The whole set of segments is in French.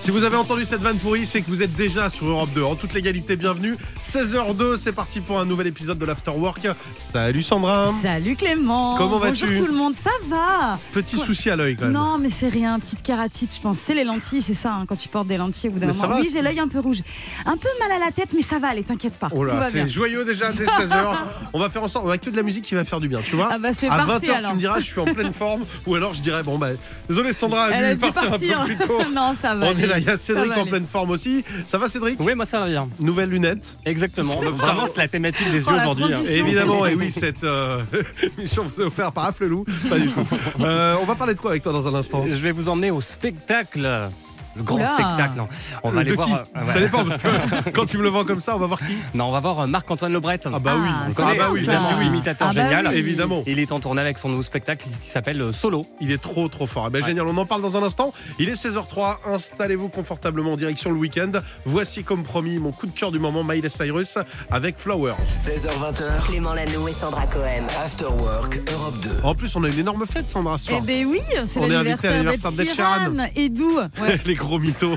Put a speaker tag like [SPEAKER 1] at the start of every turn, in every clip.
[SPEAKER 1] Si vous avez entendu cette vanne pourrie, c'est que vous êtes déjà sur Europe 2. En toute légalité, bienvenue. 16h02, c'est parti pour un nouvel épisode de l'Afterwork. Salut Sandra.
[SPEAKER 2] Salut Clément
[SPEAKER 1] Comment vas-tu
[SPEAKER 2] Bonjour tout le monde, ça va
[SPEAKER 1] Petit
[SPEAKER 2] Quoi
[SPEAKER 1] souci à l'œil quand même.
[SPEAKER 2] Non mais c'est rien, petite kératite je pense, c'est les lentilles, c'est ça hein, quand tu portes des lentilles au bout d'un
[SPEAKER 1] Mais ça
[SPEAKER 2] moment.
[SPEAKER 1] va
[SPEAKER 2] Oui j'ai l'œil un peu rouge. Un peu mal à la tête mais ça va allez t'inquiète pas,
[SPEAKER 1] Oh
[SPEAKER 2] tout
[SPEAKER 1] là,
[SPEAKER 2] va bien.
[SPEAKER 1] c'est joyeux déjà dès 16h. On va faire en sorte, on a que de la musique qui va faire du bien, tu vois.
[SPEAKER 2] Ah bah, c'est
[SPEAKER 1] à
[SPEAKER 2] parfait,
[SPEAKER 1] 20h,
[SPEAKER 2] alors.
[SPEAKER 1] tu me diras, je suis en pleine forme. Ou alors je dirais, bon bah, désolé Sandra a
[SPEAKER 2] Elle
[SPEAKER 1] dû
[SPEAKER 2] a dû
[SPEAKER 1] partir, un peu plus tôt.
[SPEAKER 2] non ça va.
[SPEAKER 1] On est
[SPEAKER 2] aller.
[SPEAKER 1] là, il y a Cédric
[SPEAKER 2] Ça va
[SPEAKER 1] en
[SPEAKER 2] aller.
[SPEAKER 1] pleine forme aussi. Ça va Cédric
[SPEAKER 3] Oui, moi ça va bien.
[SPEAKER 1] Nouvelle lunette.
[SPEAKER 3] Exactement. On
[SPEAKER 1] Ça
[SPEAKER 3] vraiment,
[SPEAKER 1] va.
[SPEAKER 3] c'est la thématique des
[SPEAKER 2] Oh,
[SPEAKER 3] yeux
[SPEAKER 2] la
[SPEAKER 3] aujourd'hui. hein.
[SPEAKER 2] transition.
[SPEAKER 1] Et évidemment, et oui, cette euh, émission vous est offerte par Afflelou. Pas du tout. Euh, on va parler de quoi avec toi dans un instant
[SPEAKER 3] Je vais vous emmener au spectacle. Le grand
[SPEAKER 2] Oula.
[SPEAKER 3] spectacle. hein. On va
[SPEAKER 1] De
[SPEAKER 3] aller
[SPEAKER 1] qui
[SPEAKER 3] voir. euh, ouais.
[SPEAKER 1] Ça dépend, parce que quand tu me le vends comme ça, on va voir qui.
[SPEAKER 3] Non, on va voir euh, Marc-Antoine Lebret.
[SPEAKER 1] Ah bah oui,
[SPEAKER 2] Ah,
[SPEAKER 3] On
[SPEAKER 2] c'est
[SPEAKER 3] connaît
[SPEAKER 1] ah bah
[SPEAKER 2] bien,
[SPEAKER 1] oui,
[SPEAKER 2] ça.
[SPEAKER 1] évidemment,
[SPEAKER 3] évidemment, imitateur
[SPEAKER 2] Ah bah
[SPEAKER 3] génial.
[SPEAKER 2] oui.
[SPEAKER 1] Évidemment.
[SPEAKER 3] Il est en tournée avec son nouveau spectacle qui s'appelle euh, Solo.
[SPEAKER 1] Il est trop trop fort. Eh ben, génial, on en parle dans un instant. Il est 16h03, installez-vous confortablement en direction le week-end. Voici comme promis mon coup de cœur du moment, Miley Cyrus avec Flower.
[SPEAKER 4] 16h20h,
[SPEAKER 5] Clément Lano et Sandra Cohen.
[SPEAKER 4] After Work Europe 2.
[SPEAKER 1] En plus, on a une énorme fête, Sandra, ce soir.
[SPEAKER 2] Eh ben oui, c'est
[SPEAKER 1] On est invité à
[SPEAKER 2] l'anniversaire
[SPEAKER 1] l'anniversaire
[SPEAKER 2] d'Ed
[SPEAKER 1] d'Ed
[SPEAKER 2] Sheeran
[SPEAKER 1] Sheeran.
[SPEAKER 2] et d'où ben, Ouais.
[SPEAKER 1] Les gros mythos.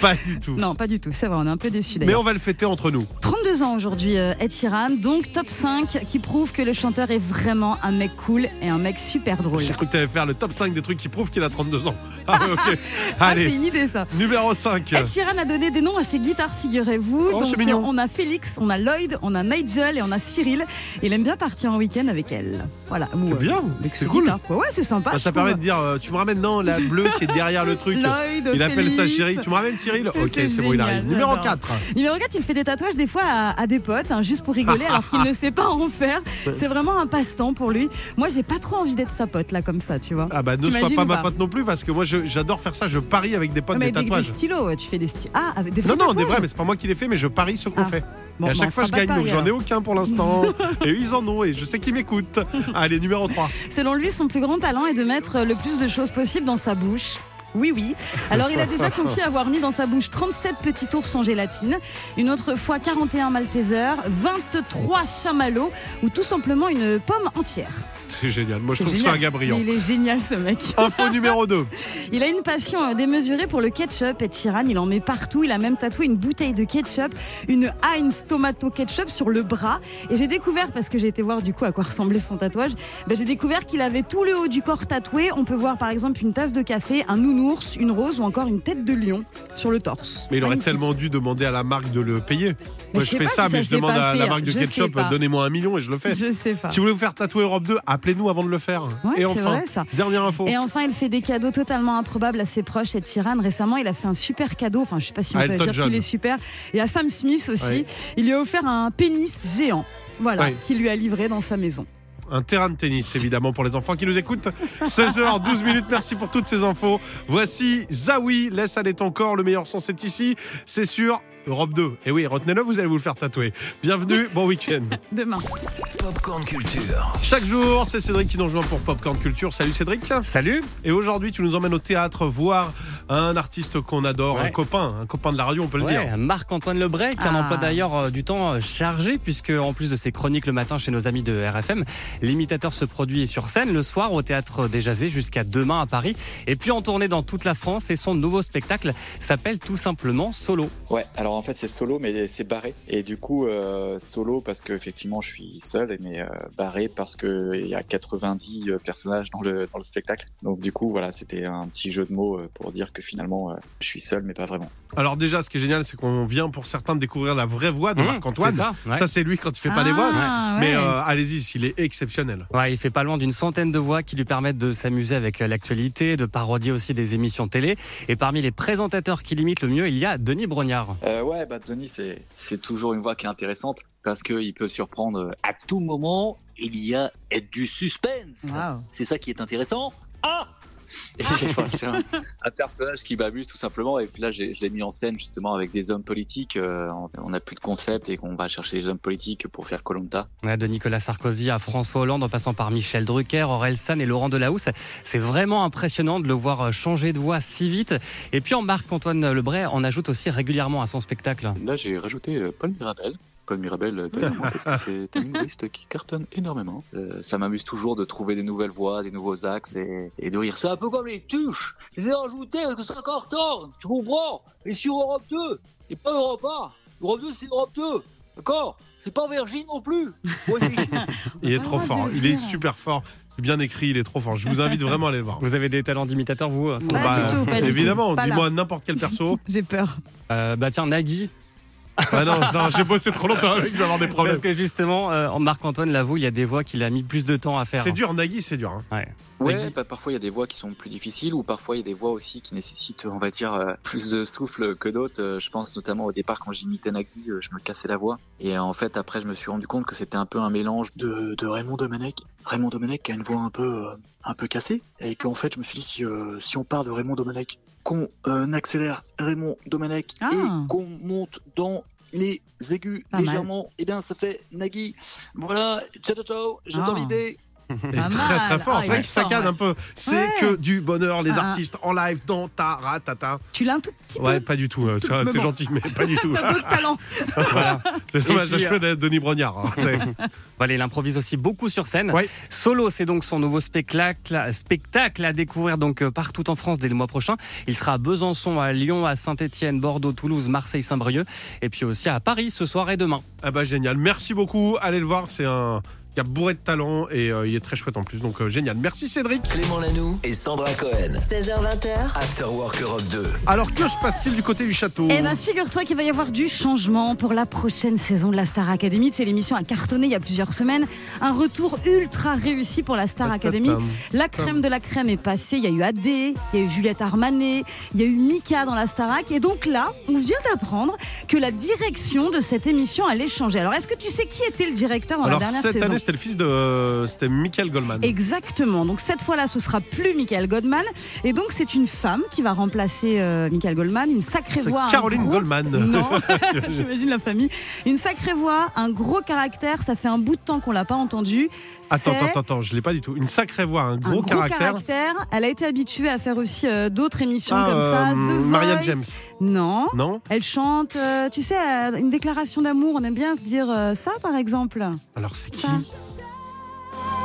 [SPEAKER 1] Pas du tout.
[SPEAKER 2] Non pas du tout, c'est vrai on est un peu déçus
[SPEAKER 1] Mais
[SPEAKER 2] d'ailleurs.
[SPEAKER 1] on va le fêter entre nous.
[SPEAKER 2] 32 ans aujourd'hui euh, Ed Sheeran, donc top 5 qui prouve que le chanteur est vraiment un mec cool et un mec super drôle.
[SPEAKER 1] J'ai cru que t'allais faire le top 5 des trucs qui prouvent qu'il a 32 ans. Ah, ouais, ok.
[SPEAKER 2] Ah, c'est
[SPEAKER 1] Allez,
[SPEAKER 2] une Eh, idée ça.
[SPEAKER 1] numéro 5.
[SPEAKER 2] Ed Sheeran a donné des noms à ses guitares, figurez-vous.
[SPEAKER 1] Oh,
[SPEAKER 2] Donc
[SPEAKER 1] c'est mignon.
[SPEAKER 2] euh, on a Félix, on a Lloyd, on a Nigel et on a Cyril. Il aime bien partir en week-end avec elle. Voilà. Ou,
[SPEAKER 1] C'est
[SPEAKER 2] euh,
[SPEAKER 1] bien,
[SPEAKER 2] avec
[SPEAKER 1] c'est
[SPEAKER 2] ses
[SPEAKER 1] cool.
[SPEAKER 2] guitares, quoi. Ouais, c'est sympa.
[SPEAKER 1] Bah,
[SPEAKER 2] je
[SPEAKER 1] ça permet de
[SPEAKER 2] trouve.
[SPEAKER 1] dire, euh, tu me ramènes non, la bleue qui est derrière le truc.
[SPEAKER 2] Lloyd,
[SPEAKER 1] Il appelle ça
[SPEAKER 2] Félix.
[SPEAKER 1] Cyril. Tu me ramènes Cyril Ok,
[SPEAKER 2] C'est
[SPEAKER 1] c'est bon, il
[SPEAKER 2] génial,
[SPEAKER 1] arrive. Numéro
[SPEAKER 2] j'adore.
[SPEAKER 1] 4.
[SPEAKER 2] Numéro 4, il fait des tatouages des fois à, à des potes, hein, juste pour rigoler, alors qu'il ne sait pas en faire. C'est vraiment un passe-temps pour lui. Moi, j'ai pas trop envie d'être sa pote, là, comme ça, tu vois.
[SPEAKER 1] Ah bah ne sois
[SPEAKER 2] T'imagines
[SPEAKER 1] pas
[SPEAKER 2] ou
[SPEAKER 1] ma
[SPEAKER 2] pas
[SPEAKER 1] pote non plus parce que moi je- j'adore faire ça, je parie avec des potes
[SPEAKER 2] Ah, mais
[SPEAKER 1] des
[SPEAKER 2] avec des, des
[SPEAKER 1] tatouages.
[SPEAKER 2] stylos, ouais, tu fais des stylos. Ah, avec des
[SPEAKER 1] non
[SPEAKER 2] vrais
[SPEAKER 1] non, des
[SPEAKER 2] tatouages.
[SPEAKER 1] vrais mais c'est pas moi qui les fais mais je parie ce qu'on
[SPEAKER 2] Ah.
[SPEAKER 1] fait.
[SPEAKER 2] Bon,
[SPEAKER 1] et à
[SPEAKER 2] bah,
[SPEAKER 1] chaque
[SPEAKER 2] on
[SPEAKER 1] fois je
[SPEAKER 2] fera pas
[SPEAKER 1] gagne donc
[SPEAKER 2] pareil,
[SPEAKER 1] j'en ai
[SPEAKER 2] alors.
[SPEAKER 1] aucun pour l'instant. et eux ils en ont et je sais qu'ils m'écoutent. Allez, numéro 3.
[SPEAKER 2] Selon lui, son plus grand talent est de mettre le plus de choses possible dans sa bouche. Oui, oui. Alors, il a déjà confié avoir mis dans sa bouche 37 petits ours en gélatine, une autre fois 41 maltesers, 23 chamallows ou tout simplement une pomme entière.
[SPEAKER 1] C'est génial. Moi je
[SPEAKER 2] C'est
[SPEAKER 1] trouve que c'est
[SPEAKER 2] génial.
[SPEAKER 1] un gars brillant.
[SPEAKER 2] Il est génial, ce mec.
[SPEAKER 1] Info numéro 2.
[SPEAKER 2] Il a une passion euh, démesurée pour le ketchup et Chiran, il en met partout. Il a même tatoué une bouteille de ketchup, une Heinz Tomato Ketchup sur le bras. Et j'ai découvert, parce que j'ai été voir du coup à quoi ressemblait son tatouage, ben, j'ai découvert qu'il avait tout le haut du corps tatoué. On peut voir par exemple une tasse de café, un nounours, une rose ou encore une tête de lion sur le torse.
[SPEAKER 1] Mais il aurait
[SPEAKER 2] Magnifique.
[SPEAKER 1] tellement dû demander à la marque de le payer. moi je
[SPEAKER 2] je sais
[SPEAKER 1] fais
[SPEAKER 2] pas
[SPEAKER 1] ça
[SPEAKER 2] si
[SPEAKER 1] mais
[SPEAKER 2] ça
[SPEAKER 1] je
[SPEAKER 2] s'est
[SPEAKER 1] demande
[SPEAKER 2] pas
[SPEAKER 1] à la
[SPEAKER 2] fait,
[SPEAKER 1] marque de
[SPEAKER 2] je sais
[SPEAKER 1] ketchup,
[SPEAKER 2] pas.
[SPEAKER 1] donnez-moi un million et je le fais.
[SPEAKER 2] Je sais pas.
[SPEAKER 1] Si vous voulez vous faire tatouer Europe 2, appelez-nous avant de le faire.
[SPEAKER 2] Ouais,
[SPEAKER 1] et
[SPEAKER 2] c'est
[SPEAKER 1] enfin,
[SPEAKER 2] vrai, ça.
[SPEAKER 1] dernière info.
[SPEAKER 2] Et enfin, il fait des cadeaux totalement improbables à ses proches. Et Chiran, récemment, il a fait un super cadeau. Enfin, je sais pas si on
[SPEAKER 1] À
[SPEAKER 2] peut
[SPEAKER 1] Elton
[SPEAKER 2] dire
[SPEAKER 1] John.
[SPEAKER 2] qu'il est super. Et à Sam Smith aussi.
[SPEAKER 1] Ouais.
[SPEAKER 2] Il lui a offert un pénis géant. Voilà,
[SPEAKER 1] Ouais.
[SPEAKER 2] qu'il lui a livré dans sa maison.
[SPEAKER 1] un terrain de tennis évidemment pour les enfants qui nous écoutent. 16h, 12 minutes, merci pour toutes ces infos. Voici Zawi, laisse aller ton corps, le meilleur son c'est ici, c'est sur Europe 2. Et oui, retenez-le, vous allez vous le faire tatouer. Bienvenue, bon week-end.
[SPEAKER 2] Demain.
[SPEAKER 4] Popcorn Culture.
[SPEAKER 1] Chaque jour, c'est Cédric qui nous rejoint pour Popcorn Culture. Salut Cédric.
[SPEAKER 3] Salut.
[SPEAKER 1] Et aujourd'hui, tu nous emmènes au théâtre voir un artiste qu'on adore,
[SPEAKER 3] Ouais.
[SPEAKER 1] un copain, un copain de la radio, on peut le
[SPEAKER 3] Ouais,
[SPEAKER 1] dire.
[SPEAKER 3] Marc-Antoine Lebret, qui en
[SPEAKER 2] Ah.
[SPEAKER 3] emploie d'ailleurs euh, du temps euh, chargé, puisque en plus de ses chroniques le matin chez nos amis de RFM, l'imitateur se produit sur scène le soir au théâtre des Jazés jusqu'à demain à Paris, et puis en tournée dans toute la France. Et son nouveau spectacle s'appelle tout simplement Solo.
[SPEAKER 6] Ouais, alors en fait c'est solo mais c'est barré et du coup euh, solo parce que effectivement je suis seul mais euh, barré parce que il y a 90 personnages dans le dans le spectacle. Donc du coup voilà, c'était un petit jeu de mots euh, pour dire que finalement euh, je suis seul mais pas vraiment.
[SPEAKER 1] Alors déjà, ce qui est génial, c'est qu'on vient pour certains de découvrir la vraie voix de
[SPEAKER 3] Mmh,
[SPEAKER 1] Marc-Antoine.
[SPEAKER 3] c'est ça, ouais.
[SPEAKER 1] Ça, c'est lui quand il fait pas les voix.
[SPEAKER 2] Ah,
[SPEAKER 1] Mais
[SPEAKER 2] ouais.
[SPEAKER 1] euh, allez-y, il est exceptionnel.
[SPEAKER 3] Ouais, il fait pas loin d'une centaine de voix qui lui permettent de s'amuser avec euh, l'actualité, de parodier aussi des émissions télé. Et parmi les présentateurs qui l'imitent le mieux, il y a Denis Brognard.
[SPEAKER 6] Euh, ouais, bah Denis c'est
[SPEAKER 7] c'est toujours une voix qui est intéressante parce qu'il peut surprendre. euh, À tout moment, il y a du suspense.
[SPEAKER 2] Waouh.
[SPEAKER 7] C'est ça qui est intéressant. Ah Et c'est voilà, c'est un, un personnage qui m'amuse tout simplement. Et puis là, j'ai- je l'ai mis en scène justement avec des hommes politiques. Euh, on n'a plus de concept et qu'on va chercher les hommes politiques pour faire Colanta.
[SPEAKER 3] Ouais, De Nicolas Sarkozy à François Hollande en passant par Michel Drucker, Aurel San et Laurent Delahousse. C'est vraiment impressionnant de le voir euh, changer de voix si vite. Et puis en Marc-Antoine Lebray en ajoute aussi régulièrement à son spectacle.
[SPEAKER 7] Là, j'ai rajouté euh, Paul Mirabel Paul Mirabel euh, également, hein, parce que c'est un humoriste qui cartonne énormément. Euh, ça m'amuse toujours de trouver des nouvelles voies, des nouveaux axes et, et de rire. C'est un peu comme les tuches. Je les ai rajoutées parce que ça cartonne. Tu comprends Et sur Europe 2, et pas Europe 1. Europe 2, c'est Europe 2. D'accord C'est pas Virgin non plus. Ouais, c'est chiant.
[SPEAKER 1] Il est
[SPEAKER 2] pas
[SPEAKER 1] trop
[SPEAKER 2] le droit
[SPEAKER 1] fort,
[SPEAKER 2] Ah, de le
[SPEAKER 1] il est
[SPEAKER 2] dire.
[SPEAKER 1] super fort, c'est bien écrit, il est trop fort. Je vous invite vraiment à aller le voir.
[SPEAKER 3] Vous avez des talents d'imitateur, vous euh, Sandra
[SPEAKER 2] Pas du tout, pas du tout.
[SPEAKER 1] évidemment,
[SPEAKER 2] Pas là.
[SPEAKER 1] dis-moi n'importe quel perso.
[SPEAKER 2] J'ai peur.
[SPEAKER 3] Euh, Bah tiens, Nagui,
[SPEAKER 1] ah non, non, j'ai bossé trop longtemps avec, je vais avoir des problèmes.
[SPEAKER 3] parce que justement, euh, Marc-Antoine l'avoue, il y a des voix qu'il a mis plus de temps à faire.
[SPEAKER 1] C'est dur, Nagui, c'est dur. hein.
[SPEAKER 7] Ouais, bah, parfois il y a des voix qui sont plus difficiles ou parfois il y a des voix aussi qui nécessitent, on va dire, euh, plus de souffle que d'autres. Euh, Je pense notamment au départ quand j'imitais Nagui, euh, je me cassais la voix. Et euh, en fait après je me suis rendu compte que c'était un peu un mélange de, de Raymond Domenech. Raymond Domenech qui a une voix un peu, euh, un peu cassée. Et qu'en fait je me suis dit si, euh, si on part de Raymond Domenech, qu'on euh, accélère Raymond Domenech
[SPEAKER 2] Ah.
[SPEAKER 7] et qu'on monte dans les aigus
[SPEAKER 2] Pas mal.
[SPEAKER 7] légèrement, et bien ça fait Nagui. Voilà, ciao ciao ciao, j'adore
[SPEAKER 2] Ah.
[SPEAKER 7] l'idée.
[SPEAKER 1] Il
[SPEAKER 2] Pas
[SPEAKER 1] est très
[SPEAKER 2] mal.
[SPEAKER 1] très fort,
[SPEAKER 2] Ah,
[SPEAKER 1] c'est
[SPEAKER 2] il
[SPEAKER 1] vrai
[SPEAKER 2] est
[SPEAKER 1] qu'il saccade
[SPEAKER 2] fort,
[SPEAKER 1] un peu. C'est
[SPEAKER 2] Ouais.
[SPEAKER 1] que du bonheur, les
[SPEAKER 2] Ah, ah.
[SPEAKER 1] artistes en live dans ta ratata.
[SPEAKER 2] Tu l'as un tout petit peu.
[SPEAKER 1] Ouais, pas du tout, euh, ça,
[SPEAKER 2] Mais
[SPEAKER 1] c'est
[SPEAKER 2] bon.
[SPEAKER 1] gentil, mais pas du tout.
[SPEAKER 2] T'as d'autres talents.
[SPEAKER 3] Voilà.
[SPEAKER 1] C'est dommage,
[SPEAKER 3] Et puis,
[SPEAKER 1] je
[SPEAKER 2] euh,
[SPEAKER 1] peux d'être Denis Brognard. hein.
[SPEAKER 3] Voilà, il improvise aussi beaucoup sur scène.
[SPEAKER 1] Ouais.
[SPEAKER 3] Solo, c'est donc son nouveau spectacle, spectacle à découvrir donc euh, partout en France dès le mois prochain. Il sera à Besançon, à Lyon, à Saint-Étienne, Bordeaux, Toulouse, Marseille, Saint-Brieuc, et puis aussi à Paris ce soir et demain.
[SPEAKER 1] Ah bah génial, merci beaucoup, allez le voir, c'est un... Il y a bourré de talent et euh, il est très chouette en plus, donc euh, génial. Merci Cédric.
[SPEAKER 4] Clément Lanoux et Sandra Cohen.
[SPEAKER 5] 16h20h,
[SPEAKER 4] After Work Europe 2.
[SPEAKER 1] Alors que se passe-t-il du côté du château
[SPEAKER 2] Eh ben, figure-toi qu'il va y avoir du changement pour la prochaine saison de la Star Academy. C'est l'émission à cartonner il y a plusieurs semaines. Un retour ultra réussi pour la Star Academy. La crème de la crème est passée. Il y a eu AD, il y a eu Juliette Armanet, il y a eu Mika dans la Starac. Et donc là, on vient d'apprendre que la direction de cette émission allait changer. Alors, est-ce que tu sais qui était le directeur dans
[SPEAKER 1] Alors
[SPEAKER 2] la dernière
[SPEAKER 1] cette
[SPEAKER 2] saison
[SPEAKER 1] année, c'était le fils de... euh, c'était Michael Goldman.
[SPEAKER 2] Exactement. Donc cette fois-là, ce sera plus Michael Goldman. Et donc c'est une femme qui va remplacer euh, Michael Goldman. Une sacrée
[SPEAKER 1] C'est
[SPEAKER 2] voix. un
[SPEAKER 1] Caroline
[SPEAKER 2] gros-
[SPEAKER 1] Goldman.
[SPEAKER 2] Non, t'imagines la famille. Une sacrée voix, un gros caractère. Ça fait un bout de temps qu'on l'a pas entendu.
[SPEAKER 1] Attends,
[SPEAKER 2] C'est-
[SPEAKER 1] attends, attends, je l'ai pas du tout. Une sacrée voix, un
[SPEAKER 2] un
[SPEAKER 1] gros, caractère.
[SPEAKER 2] Elle a été habituée à faire aussi euh, d'autres émissions
[SPEAKER 1] Ah,
[SPEAKER 2] comme ça.
[SPEAKER 1] euh,
[SPEAKER 2] The
[SPEAKER 1] Marianne
[SPEAKER 2] Voice.
[SPEAKER 1] James,
[SPEAKER 2] Non.
[SPEAKER 1] non
[SPEAKER 2] Elle chante, euh, tu sais, euh, une déclaration d'amour. On aime bien se dire euh, ça, par exemple.
[SPEAKER 1] Alors c'est qui
[SPEAKER 2] Ça.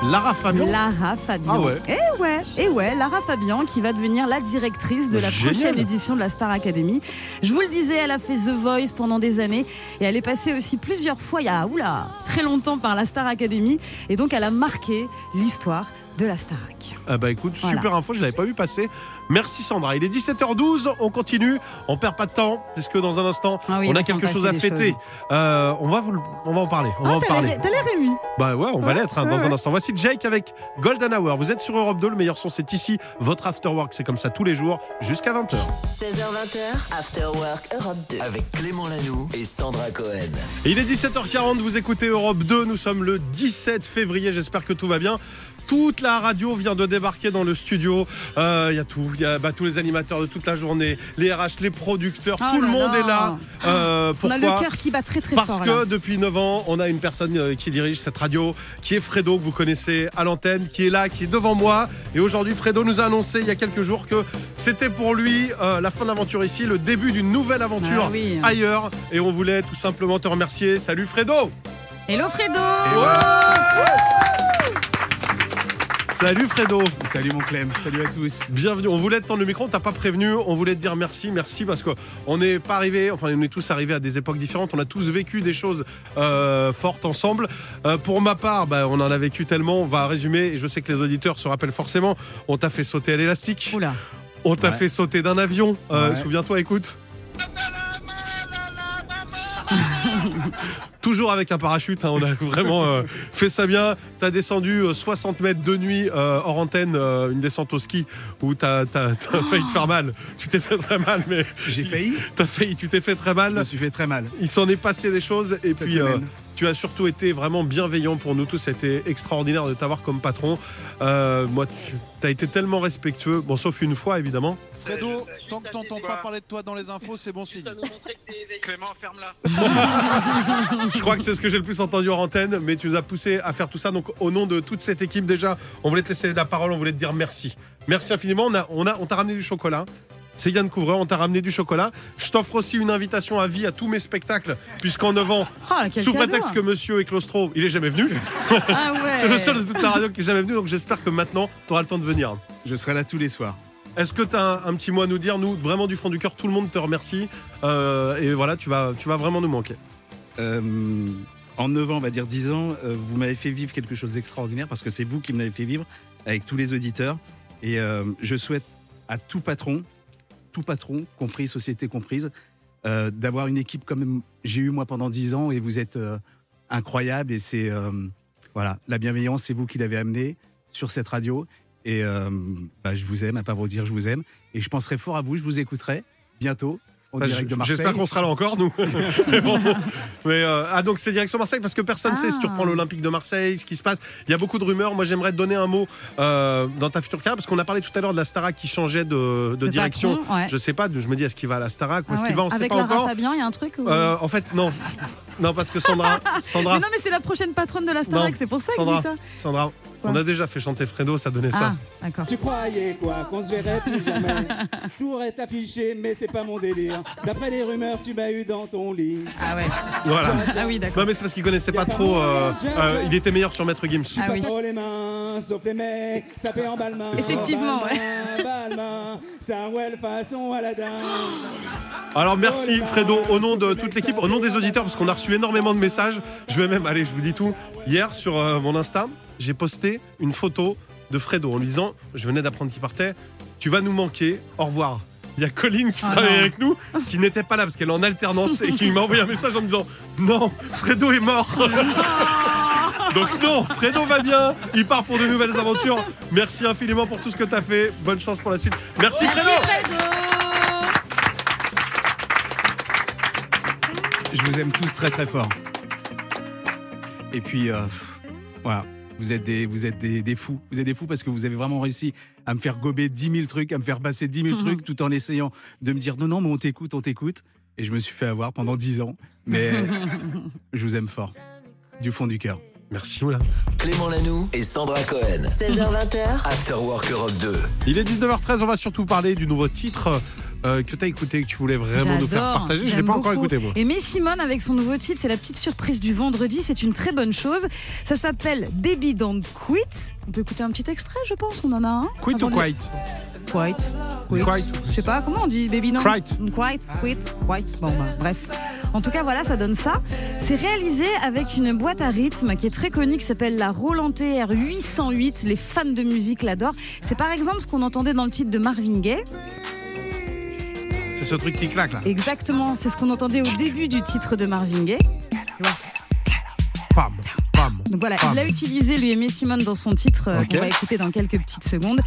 [SPEAKER 1] Lara Fabian
[SPEAKER 2] Lara Fabian.
[SPEAKER 1] Ah ouais.
[SPEAKER 2] Eh ouais, eh ouais, Lara Fabian qui va devenir la directrice de la
[SPEAKER 1] Génial.
[SPEAKER 2] prochaine édition de la Star Academy. Je vous le disais, elle a fait The Voice pendant des années et elle est passée aussi plusieurs fois, il y a oula, très longtemps par la Star Academy et donc elle a marqué l'histoire de la Starac.
[SPEAKER 1] Ah bah écoute,
[SPEAKER 2] Voilà.
[SPEAKER 1] super info, je l'avais pas vu passer. Merci Sandra. Il est 17h12, on continue, on perd pas de temps, puisque dans un instant,
[SPEAKER 2] Ah oui, il
[SPEAKER 1] on
[SPEAKER 2] va
[SPEAKER 1] a
[SPEAKER 2] s'en
[SPEAKER 1] quelque chose à
[SPEAKER 2] passer des
[SPEAKER 1] fêter.
[SPEAKER 2] choses. Ah,
[SPEAKER 1] Euh, on, va vous, le- on va en parler. On va en
[SPEAKER 2] T'as
[SPEAKER 1] parler.
[SPEAKER 2] l'air t'as l'air ému.
[SPEAKER 1] Bah ouais, on va
[SPEAKER 2] Ouais,
[SPEAKER 1] l'être hein,
[SPEAKER 2] ouais,
[SPEAKER 1] dans un
[SPEAKER 2] ouais.
[SPEAKER 1] instant. Voici Jake avec Golden Hour. Vous êtes sur Europe 2, le meilleur son c'est ici. Votre afterwork, c'est comme ça tous les jours, jusqu'à 20h.
[SPEAKER 5] 16h20h, After Work Europe 2.
[SPEAKER 4] Avec Clément Lanoux et Sandra Cohen.
[SPEAKER 1] Il est 17h40, vous écoutez Europe 2, nous sommes le 17 février, j'espère que tout va bien. Toute la radio vient de débarquer dans le studio. Euh, Il y a tout, il y a bah, tous les animateurs de toute la journée, les RH, les producteurs,
[SPEAKER 2] Oh
[SPEAKER 1] tout le
[SPEAKER 2] là
[SPEAKER 1] monde
[SPEAKER 2] là.
[SPEAKER 1] est là. Euh,
[SPEAKER 2] On
[SPEAKER 1] pourquoi
[SPEAKER 2] a le cœur qui bat très très
[SPEAKER 1] Parce
[SPEAKER 2] fort.
[SPEAKER 1] que
[SPEAKER 2] là.
[SPEAKER 1] depuis 9 ans, on a une personne euh, qui dirige cette radio, qui est Fredo, que vous connaissez à l'antenne, qui est là, qui est devant moi. Et aujourd'hui, Fredo nous a annoncé il y a quelques jours que c'était pour lui euh, la fin de l'aventure ici, le début d'une nouvelle aventure
[SPEAKER 2] Ah oui.
[SPEAKER 1] ailleurs. Et on voulait tout simplement te remercier. Salut Fredo
[SPEAKER 2] Hello Fredo
[SPEAKER 1] Salut Fredo
[SPEAKER 8] Salut mon Clem, salut à tous.
[SPEAKER 1] Bienvenue, on voulait te tendre le micro, on t'a pas prévenu, on voulait te dire merci, merci parce qu'on n'est pas arrivé, enfin on est tous arrivés à des époques différentes, on a tous vécu des choses euh, fortes ensemble. Euh, pour ma part, bah, on en a vécu tellement, on va résumer, et je sais que les auditeurs se rappellent forcément, on t'a fait sauter à l'élastique,
[SPEAKER 2] Oula.
[SPEAKER 1] on t'a
[SPEAKER 8] Ouais.
[SPEAKER 1] fait sauter d'un avion, Euh,
[SPEAKER 8] Ouais.
[SPEAKER 1] souviens-toi, écoute. Toujours avec un parachute, hein, on a vraiment euh, fait ça bien. T'as descendu euh, 60 mètres de nuit euh, hors antenne, euh, une descente au ski où t'as t'as- t'as failli te faire mal. Tu t'es fait très mal, mais
[SPEAKER 8] J'ai failli,
[SPEAKER 1] t'as failli, tu t'es fait très
[SPEAKER 8] je me
[SPEAKER 1] mal.
[SPEAKER 8] suis fait très mal.
[SPEAKER 1] Il s'en est passé des choses et
[SPEAKER 8] Cette
[SPEAKER 1] puis euh,
[SPEAKER 8] semaine.
[SPEAKER 1] tu as surtout été vraiment bienveillant pour nous tous. C'était extraordinaire de t'avoir comme patron. Euh, moi, tu as été tellement respectueux, bon sauf une fois évidemment.
[SPEAKER 9] Ouais, je
[SPEAKER 8] Fredo,
[SPEAKER 9] sais, juste
[SPEAKER 8] tant que
[SPEAKER 9] à
[SPEAKER 8] t'entends
[SPEAKER 9] côté.
[SPEAKER 8] pas parler de toi dans les infos, c'est bon signe.
[SPEAKER 9] Clément, ferme-la.
[SPEAKER 1] Je crois que c'est ce que j'ai le plus entendu en antenne, mais tu nous as poussé à faire tout ça. Donc, au nom de toute cette équipe, déjà, on voulait te laisser la parole, on voulait te dire merci. Merci infiniment. On a, on a, on t'a ramené du chocolat. c'est Yann Couvreur, on t'a ramené du chocolat. Je t'offre aussi une invitation à vie à tous mes spectacles, puisqu'en 9 ans,
[SPEAKER 2] Oh, quel
[SPEAKER 1] sous
[SPEAKER 2] cadeau.
[SPEAKER 1] prétexte que monsieur est claustro, il est jamais venu.
[SPEAKER 2] Ah ouais.
[SPEAKER 1] C'est le seul de toute la radio qui est jamais venu, donc j'espère que maintenant, tu auras le temps de venir.
[SPEAKER 8] Je serai là tous les soirs.
[SPEAKER 1] Est-ce que tu as un, un petit mot à nous dire Nous, vraiment du fond du cœur, tout le monde te remercie. Euh, et voilà, tu vas, tu vas vraiment nous manquer.
[SPEAKER 8] Euh, en 9 ans, on va dire 10 ans, euh, vous m'avez fait vivre quelque chose d'extraordinaire parce que c'est vous qui me l'avez fait vivre avec tous les auditeurs. Et euh, je souhaite à tout patron, tout patron, compris, société comprise, euh, d'avoir une équipe comme j'ai eu moi pendant 10 ans et vous êtes euh, incroyable. Et c'est. euh, voilà, la bienveillance, c'est vous qui l'avez amenée sur cette radio. Et euh, bah, je vous aime, à pas vous dire je vous aime. Et je penserai fort à vous, je vous écouterai bientôt en
[SPEAKER 1] Enfin,
[SPEAKER 8] direct de
[SPEAKER 1] j-
[SPEAKER 8] Marseille.
[SPEAKER 1] J'espère qu'on sera là encore, nous. Mais bon. Mais, euh, ah, donc c'est direction Marseille parce que personne ne sait si tu
[SPEAKER 2] Ah.
[SPEAKER 1] reprends l'Olympique de Marseille, ce qui se passe. Il y a beaucoup de rumeurs. Moi, j'aimerais te donner un mot euh, dans ta future carrière parce qu'on a parlé tout à l'heure de la Starac qui changeait de, de
[SPEAKER 2] Le
[SPEAKER 1] direction.
[SPEAKER 2] patron, ouais.
[SPEAKER 1] Je sais pas, je me dis est-ce qu'il va à la Starac ou
[SPEAKER 2] Ah
[SPEAKER 1] est-ce qu'il
[SPEAKER 2] ouais.
[SPEAKER 1] va, on sait
[SPEAKER 2] Avec
[SPEAKER 1] pas
[SPEAKER 2] Lara
[SPEAKER 1] encore.
[SPEAKER 2] Fabian, il y a un truc ou-
[SPEAKER 1] Euh, en fait, non. Non, parce que Sandra, Sandra,
[SPEAKER 2] Mais non, mais c'est la prochaine patronne de la
[SPEAKER 1] Non,
[SPEAKER 2] Starac, c'est pour ça que je
[SPEAKER 1] Sandra.
[SPEAKER 2] dis ça.
[SPEAKER 1] Sandra,
[SPEAKER 2] Quoi
[SPEAKER 1] on a déjà fait chanter Fredo, ça donnait ça.
[SPEAKER 2] Ah, d'accord.
[SPEAKER 10] Tu croyais quoi Qu'on se verrait plus jamais Tout reste affiché, mais c'est pas mon délire. D'après les rumeurs, tu m'as eu dans ton lit.
[SPEAKER 2] Ah ouais.
[SPEAKER 1] Voilà.
[SPEAKER 2] Ah oui,
[SPEAKER 1] Non
[SPEAKER 2] d'accord.
[SPEAKER 1] mais c'est parce qu'il connaissait pas trop. euh, euh, il était meilleur sur Maître Gims.
[SPEAKER 2] Ah oui.
[SPEAKER 10] Oh les mains, sauf les mecs, ça fait en balmain.
[SPEAKER 2] Effectivement,
[SPEAKER 10] ouais. Balmain, Sarwell façon Aladdin.
[SPEAKER 1] Alors merci Fredo, au nom de toute l'équipe, au nom des auditeurs, parce qu'on a reçu énormément de messages. Je vais même, allez, je vous dis tout. Hier sur euh, mon Insta, j'ai posté une photo de Fredo en lui disant, je venais d'apprendre qu'il partait, tu vas nous manquer, au revoir. Il y a Colline qui
[SPEAKER 2] Ah
[SPEAKER 1] travaille
[SPEAKER 2] non.
[SPEAKER 1] avec nous, qui n'était pas là parce qu'elle est en alternance et qui m'a envoyé un message en me disant Non, Fredo est mort
[SPEAKER 2] Ah.
[SPEAKER 1] Donc non, Fredo va bien, il part pour de nouvelles aventures. Merci infiniment pour tout ce que tu as fait, bonne chance pour la suite. Merci Fredo
[SPEAKER 2] Merci Fredo.
[SPEAKER 8] Je vous aime tous très très fort. Et puis euh, voilà, vous êtes des vous êtes des, des fous, vous êtes des fous parce que vous avez vraiment réussi à me faire gober 10 000 trucs, à me faire passer 10 000 trucs, tout en essayant de me dire non non mais on t'écoute, on t'écoute. Et je me suis fait avoir pendant 10 ans, mais je vous aime fort, du fond du cœur.
[SPEAKER 1] Merci Oula.
[SPEAKER 4] Clément Lanoux et Sandra Cohen.
[SPEAKER 5] 16h20h,
[SPEAKER 4] After Work Europe 2.
[SPEAKER 1] Il est 19h13, on va surtout parler du nouveau titre euh, que tu as écouté, que tu voulais vraiment nous faire
[SPEAKER 2] J'adore,
[SPEAKER 1] partager. Je ne l'ai
[SPEAKER 2] j'aime
[SPEAKER 1] pas encore
[SPEAKER 2] beaucoup.
[SPEAKER 1] écouté, moi.
[SPEAKER 2] Et Miss Simone avec son nouveau titre, c'est la petite surprise du vendredi, c'est une très bonne chose. Ça s'appelle Baby Don't Quit. On peut écouter un petit extrait, je pense, on en a un.
[SPEAKER 1] Quit ou
[SPEAKER 2] Avant de-
[SPEAKER 1] quiet
[SPEAKER 2] Quit.
[SPEAKER 1] Quit.
[SPEAKER 2] Je sais pas, comment on dit Baby Don't
[SPEAKER 1] Quit.
[SPEAKER 2] Quit. Quit. Quit. Bon, bah, bref. En tout cas, voilà, ça donne ça. C'est réalisé avec une boîte à rythme qui est très connue, qui s'appelle la Roland TR 808. Les fans de musique l'adorent. C'est par exemple ce qu'on entendait dans le titre de Marvin Gaye.
[SPEAKER 1] C'est ce truc qui claque, là.
[SPEAKER 2] Exactement, c'est ce qu'on entendait au début du titre de Marvin Gaye.
[SPEAKER 1] Pam, pam.
[SPEAKER 2] Donc voilà,
[SPEAKER 1] pam.
[SPEAKER 2] il a utilisé les Aimé Simone dans son titre euh,
[SPEAKER 1] Ah. Ok.
[SPEAKER 2] qu'on va écouter dans quelques petites secondes.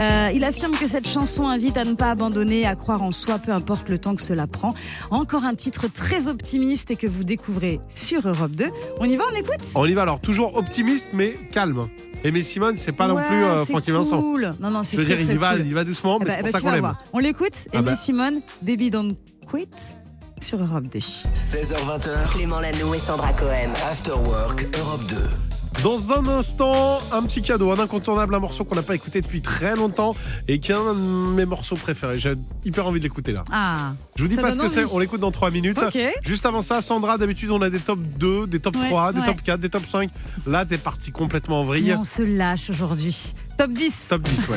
[SPEAKER 2] Euh, il affirme que cette chanson invite à ne pas abandonner, à croire en soi, peu importe le temps que cela prend. Encore un titre très optimiste et que vous découvrez sur Europe 2. On y va, on écoute
[SPEAKER 1] On y va alors, toujours optimiste mais calme. Et mais Simone, c'est pas non
[SPEAKER 2] Ouais,
[SPEAKER 1] plus euh,
[SPEAKER 2] c'est
[SPEAKER 1] Francky Vincent.
[SPEAKER 2] cool. Non, non, c'est
[SPEAKER 1] Je veux
[SPEAKER 2] très,
[SPEAKER 1] dire, il
[SPEAKER 2] très
[SPEAKER 1] y va,
[SPEAKER 2] cool.
[SPEAKER 1] il y va doucement,
[SPEAKER 2] Eh
[SPEAKER 1] mais
[SPEAKER 2] bah,
[SPEAKER 1] c'est
[SPEAKER 2] eh
[SPEAKER 1] pour
[SPEAKER 2] bah,
[SPEAKER 1] ça
[SPEAKER 2] tu
[SPEAKER 1] qu'on
[SPEAKER 2] vas
[SPEAKER 1] l'aime.
[SPEAKER 2] voir. On l'écoute,
[SPEAKER 1] Ah
[SPEAKER 2] Aimé
[SPEAKER 1] bah.
[SPEAKER 2] Simone, Baby Don't Quit sur Europe 2.
[SPEAKER 4] 16h20h.
[SPEAKER 5] Clément Lanoux et Sandra Cohen.
[SPEAKER 4] After Work Europe 2.
[SPEAKER 1] Dans un instant, un petit cadeau, un incontournable, un morceau qu'on n'a pas écouté depuis très longtemps et qui est un de mes morceaux préférés. J'ai hyper envie de l'écouter là.
[SPEAKER 2] Ah,
[SPEAKER 1] Je vous dis
[SPEAKER 2] Ça
[SPEAKER 1] pas ce
[SPEAKER 2] donne
[SPEAKER 1] que c'est,
[SPEAKER 2] envie.
[SPEAKER 1] on l'écoute dans 3 minutes.
[SPEAKER 2] ok.
[SPEAKER 1] Juste avant ça, Sandra, d'habitude, on a des top 2, des top
[SPEAKER 2] Ouais,
[SPEAKER 1] 3, des
[SPEAKER 2] ouais.
[SPEAKER 1] top 4, des top 5. Là, t'es parti complètement en vrille.
[SPEAKER 2] Mais on se lâche aujourd'hui. Top 10.
[SPEAKER 1] Top 10, ouais.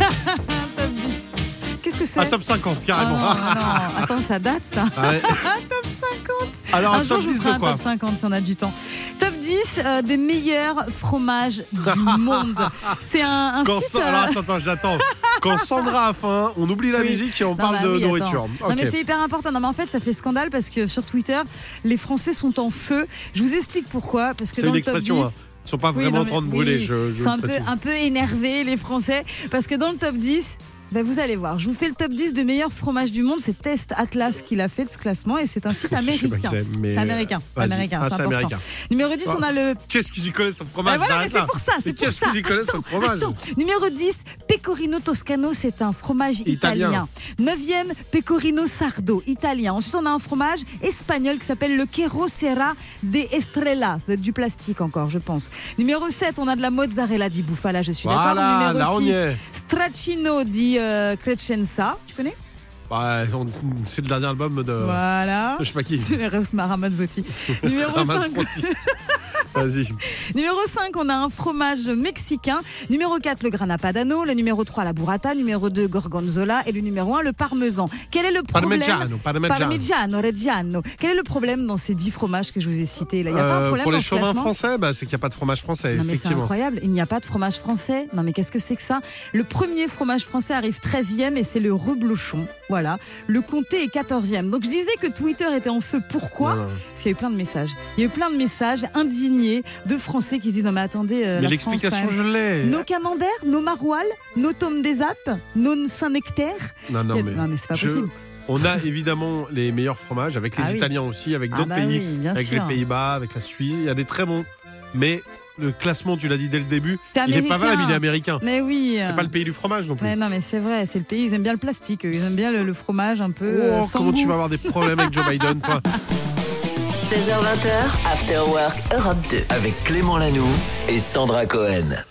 [SPEAKER 2] Qu'est-ce que c'est
[SPEAKER 1] ah, top 50,
[SPEAKER 2] Ah
[SPEAKER 1] carrément.
[SPEAKER 2] non, non. Attends, ça date ça.
[SPEAKER 1] Ah ouais.
[SPEAKER 2] 50.
[SPEAKER 1] Alors,
[SPEAKER 2] un jour,
[SPEAKER 1] top
[SPEAKER 2] je vous
[SPEAKER 1] 10
[SPEAKER 2] ferai
[SPEAKER 1] de
[SPEAKER 2] un
[SPEAKER 1] quoi
[SPEAKER 2] top 50 si on a du temps. Top 10 euh, des meilleurs fromages du monde. C'est un, un
[SPEAKER 1] Quand
[SPEAKER 2] site.
[SPEAKER 1] Sa-
[SPEAKER 2] euh,
[SPEAKER 1] Alors, attends, attends, j'attends. Quand Sandra a faim, on oublie la
[SPEAKER 2] Oui.
[SPEAKER 1] musique et on
[SPEAKER 2] non,
[SPEAKER 1] parle
[SPEAKER 2] bah
[SPEAKER 1] de
[SPEAKER 2] oui, attends.
[SPEAKER 1] nourriture.
[SPEAKER 2] Non,
[SPEAKER 1] Ok.
[SPEAKER 2] mais c'est hyper important. Non, mais en fait, ça fait scandale parce que sur Twitter, les Français sont en feu. Je vous explique pourquoi. Parce que
[SPEAKER 1] C'est
[SPEAKER 2] dans
[SPEAKER 1] une
[SPEAKER 2] le top 10,
[SPEAKER 1] expression. hein. Ils sont pas
[SPEAKER 2] Oui,
[SPEAKER 1] vraiment
[SPEAKER 2] non,
[SPEAKER 1] en train de
[SPEAKER 2] mais-
[SPEAKER 1] brûler,
[SPEAKER 2] oui,
[SPEAKER 1] je, je
[SPEAKER 2] sont
[SPEAKER 1] le
[SPEAKER 2] un peu,
[SPEAKER 1] précise.
[SPEAKER 2] un peu énervés, les Français, parce que dans le top 10, ben, vous allez voir, je vous fais le top 10 des meilleurs fromages du monde. C'est Test Atlas qui l'a fait de ce classement et c'est un
[SPEAKER 1] Je sais
[SPEAKER 2] site
[SPEAKER 1] pas qui
[SPEAKER 2] américain.
[SPEAKER 1] c'est, mais-
[SPEAKER 2] C'est américain,
[SPEAKER 1] Vas-y.
[SPEAKER 2] américain,
[SPEAKER 1] Ah,
[SPEAKER 2] c'est
[SPEAKER 1] c'est
[SPEAKER 2] important.
[SPEAKER 1] américain.
[SPEAKER 2] Numéro 10, on a le.
[SPEAKER 1] Qu'est-ce qu'ils y connaissent au
[SPEAKER 2] Ben
[SPEAKER 1] fromage
[SPEAKER 2] voilà, mais
[SPEAKER 1] j'arrête
[SPEAKER 2] c'est
[SPEAKER 1] là.
[SPEAKER 2] pour ça, c'est
[SPEAKER 1] Mais
[SPEAKER 2] pour
[SPEAKER 1] qu'est-ce
[SPEAKER 2] ça.
[SPEAKER 1] qu'ils y connaissent au fromage
[SPEAKER 2] Attends, numéro 10, Pecorino Toscano, c'est un fromage
[SPEAKER 1] Italien.
[SPEAKER 2] italien. 9e, Pecorino Sardo, italien. Ensuite, on a un fromage espagnol qui s'appelle le Quero Serra de Estrella. Ça doit être du plastique encore, je pense. Numéro 7, on a de la mozzarella di bufala, je suis d'accord.
[SPEAKER 1] Voilà,
[SPEAKER 2] Numéro
[SPEAKER 1] là on y
[SPEAKER 2] 6,
[SPEAKER 1] est.
[SPEAKER 2] Stracchino di euh, Crescenza. Tu connais
[SPEAKER 1] Bah, on- c'est le dernier album de.
[SPEAKER 2] Voilà.
[SPEAKER 1] Euh. Je sais pas qui.
[SPEAKER 2] Rosemara Mazzotti. Numéro
[SPEAKER 1] Ramasse
[SPEAKER 2] 5.
[SPEAKER 1] Frotti. Vas-y.
[SPEAKER 2] Numéro 5, on a un fromage mexicain. Numéro 4, le grana padano. Le numéro 3, la burrata. Numéro 2, gorgonzola. Et le numéro 1, le parmesan. Quel est le problème
[SPEAKER 1] Parmigiano, parmigiano.
[SPEAKER 2] Parmigiano, Reggiano. Quel est le problème dans ces 10 fromages que je vous ai cités là Il n'y a pas un
[SPEAKER 1] Euh,
[SPEAKER 2] problème
[SPEAKER 1] pour les
[SPEAKER 2] dans ce
[SPEAKER 1] chauvins
[SPEAKER 2] classement
[SPEAKER 1] français, bah, c'est qu'il n'y a pas de fromage français,
[SPEAKER 2] Non mais c'est
[SPEAKER 1] effectivement.
[SPEAKER 2] incroyable, il n'y a pas de fromage français. Non mais qu'est-ce que c'est que ça Le premier fromage français arrive 13e et c'est le reblochon. Voilà, le comté est 14e. Donc je disais que Twitter était en feu. Pourquoi
[SPEAKER 1] Non, non.
[SPEAKER 2] Parce qu'il y a eu plein de messages. Il y a eu plein de messages indignés de Français qui se disent non mais attendez, euh,
[SPEAKER 1] Mais
[SPEAKER 2] la France,
[SPEAKER 1] l'explication,
[SPEAKER 2] quand même.
[SPEAKER 1] je l'ai.
[SPEAKER 2] Nos camemberts, nos maroilles, nos tomes des Alpes, nos Saint-Nectaire.
[SPEAKER 1] Non, non,
[SPEAKER 2] Il y a-
[SPEAKER 1] mais.
[SPEAKER 2] c'est pas
[SPEAKER 1] je-
[SPEAKER 2] possible.
[SPEAKER 1] On a évidemment les meilleurs fromages avec les
[SPEAKER 2] Ah oui.
[SPEAKER 1] Italiens aussi, avec
[SPEAKER 2] Ah
[SPEAKER 1] d'autres
[SPEAKER 2] bah
[SPEAKER 1] pays,
[SPEAKER 2] oui, bien
[SPEAKER 1] avec
[SPEAKER 2] sûr.
[SPEAKER 1] les Pays-Bas, avec la Suisse. Il y a des très bons. Mais le classement, tu l'as dit dès le début,
[SPEAKER 2] C'est
[SPEAKER 1] il est pas valable, il est
[SPEAKER 2] américain.
[SPEAKER 1] américain.
[SPEAKER 2] Mais oui.
[SPEAKER 1] C'est pas le pays du fromage non plus.
[SPEAKER 2] Ouais, non mais c'est vrai, c'est le pays, ils aiment bien le plastique, eux. ils aiment bien le, le fromage un peu euh,
[SPEAKER 1] Oh,
[SPEAKER 2] sans
[SPEAKER 1] comment tu
[SPEAKER 2] goût.
[SPEAKER 1] vas avoir des problèmes avec Joe Biden, toi
[SPEAKER 5] 16h20, After Work Europe 2.
[SPEAKER 4] Avec Clément Lanoux et Sandra Cohen.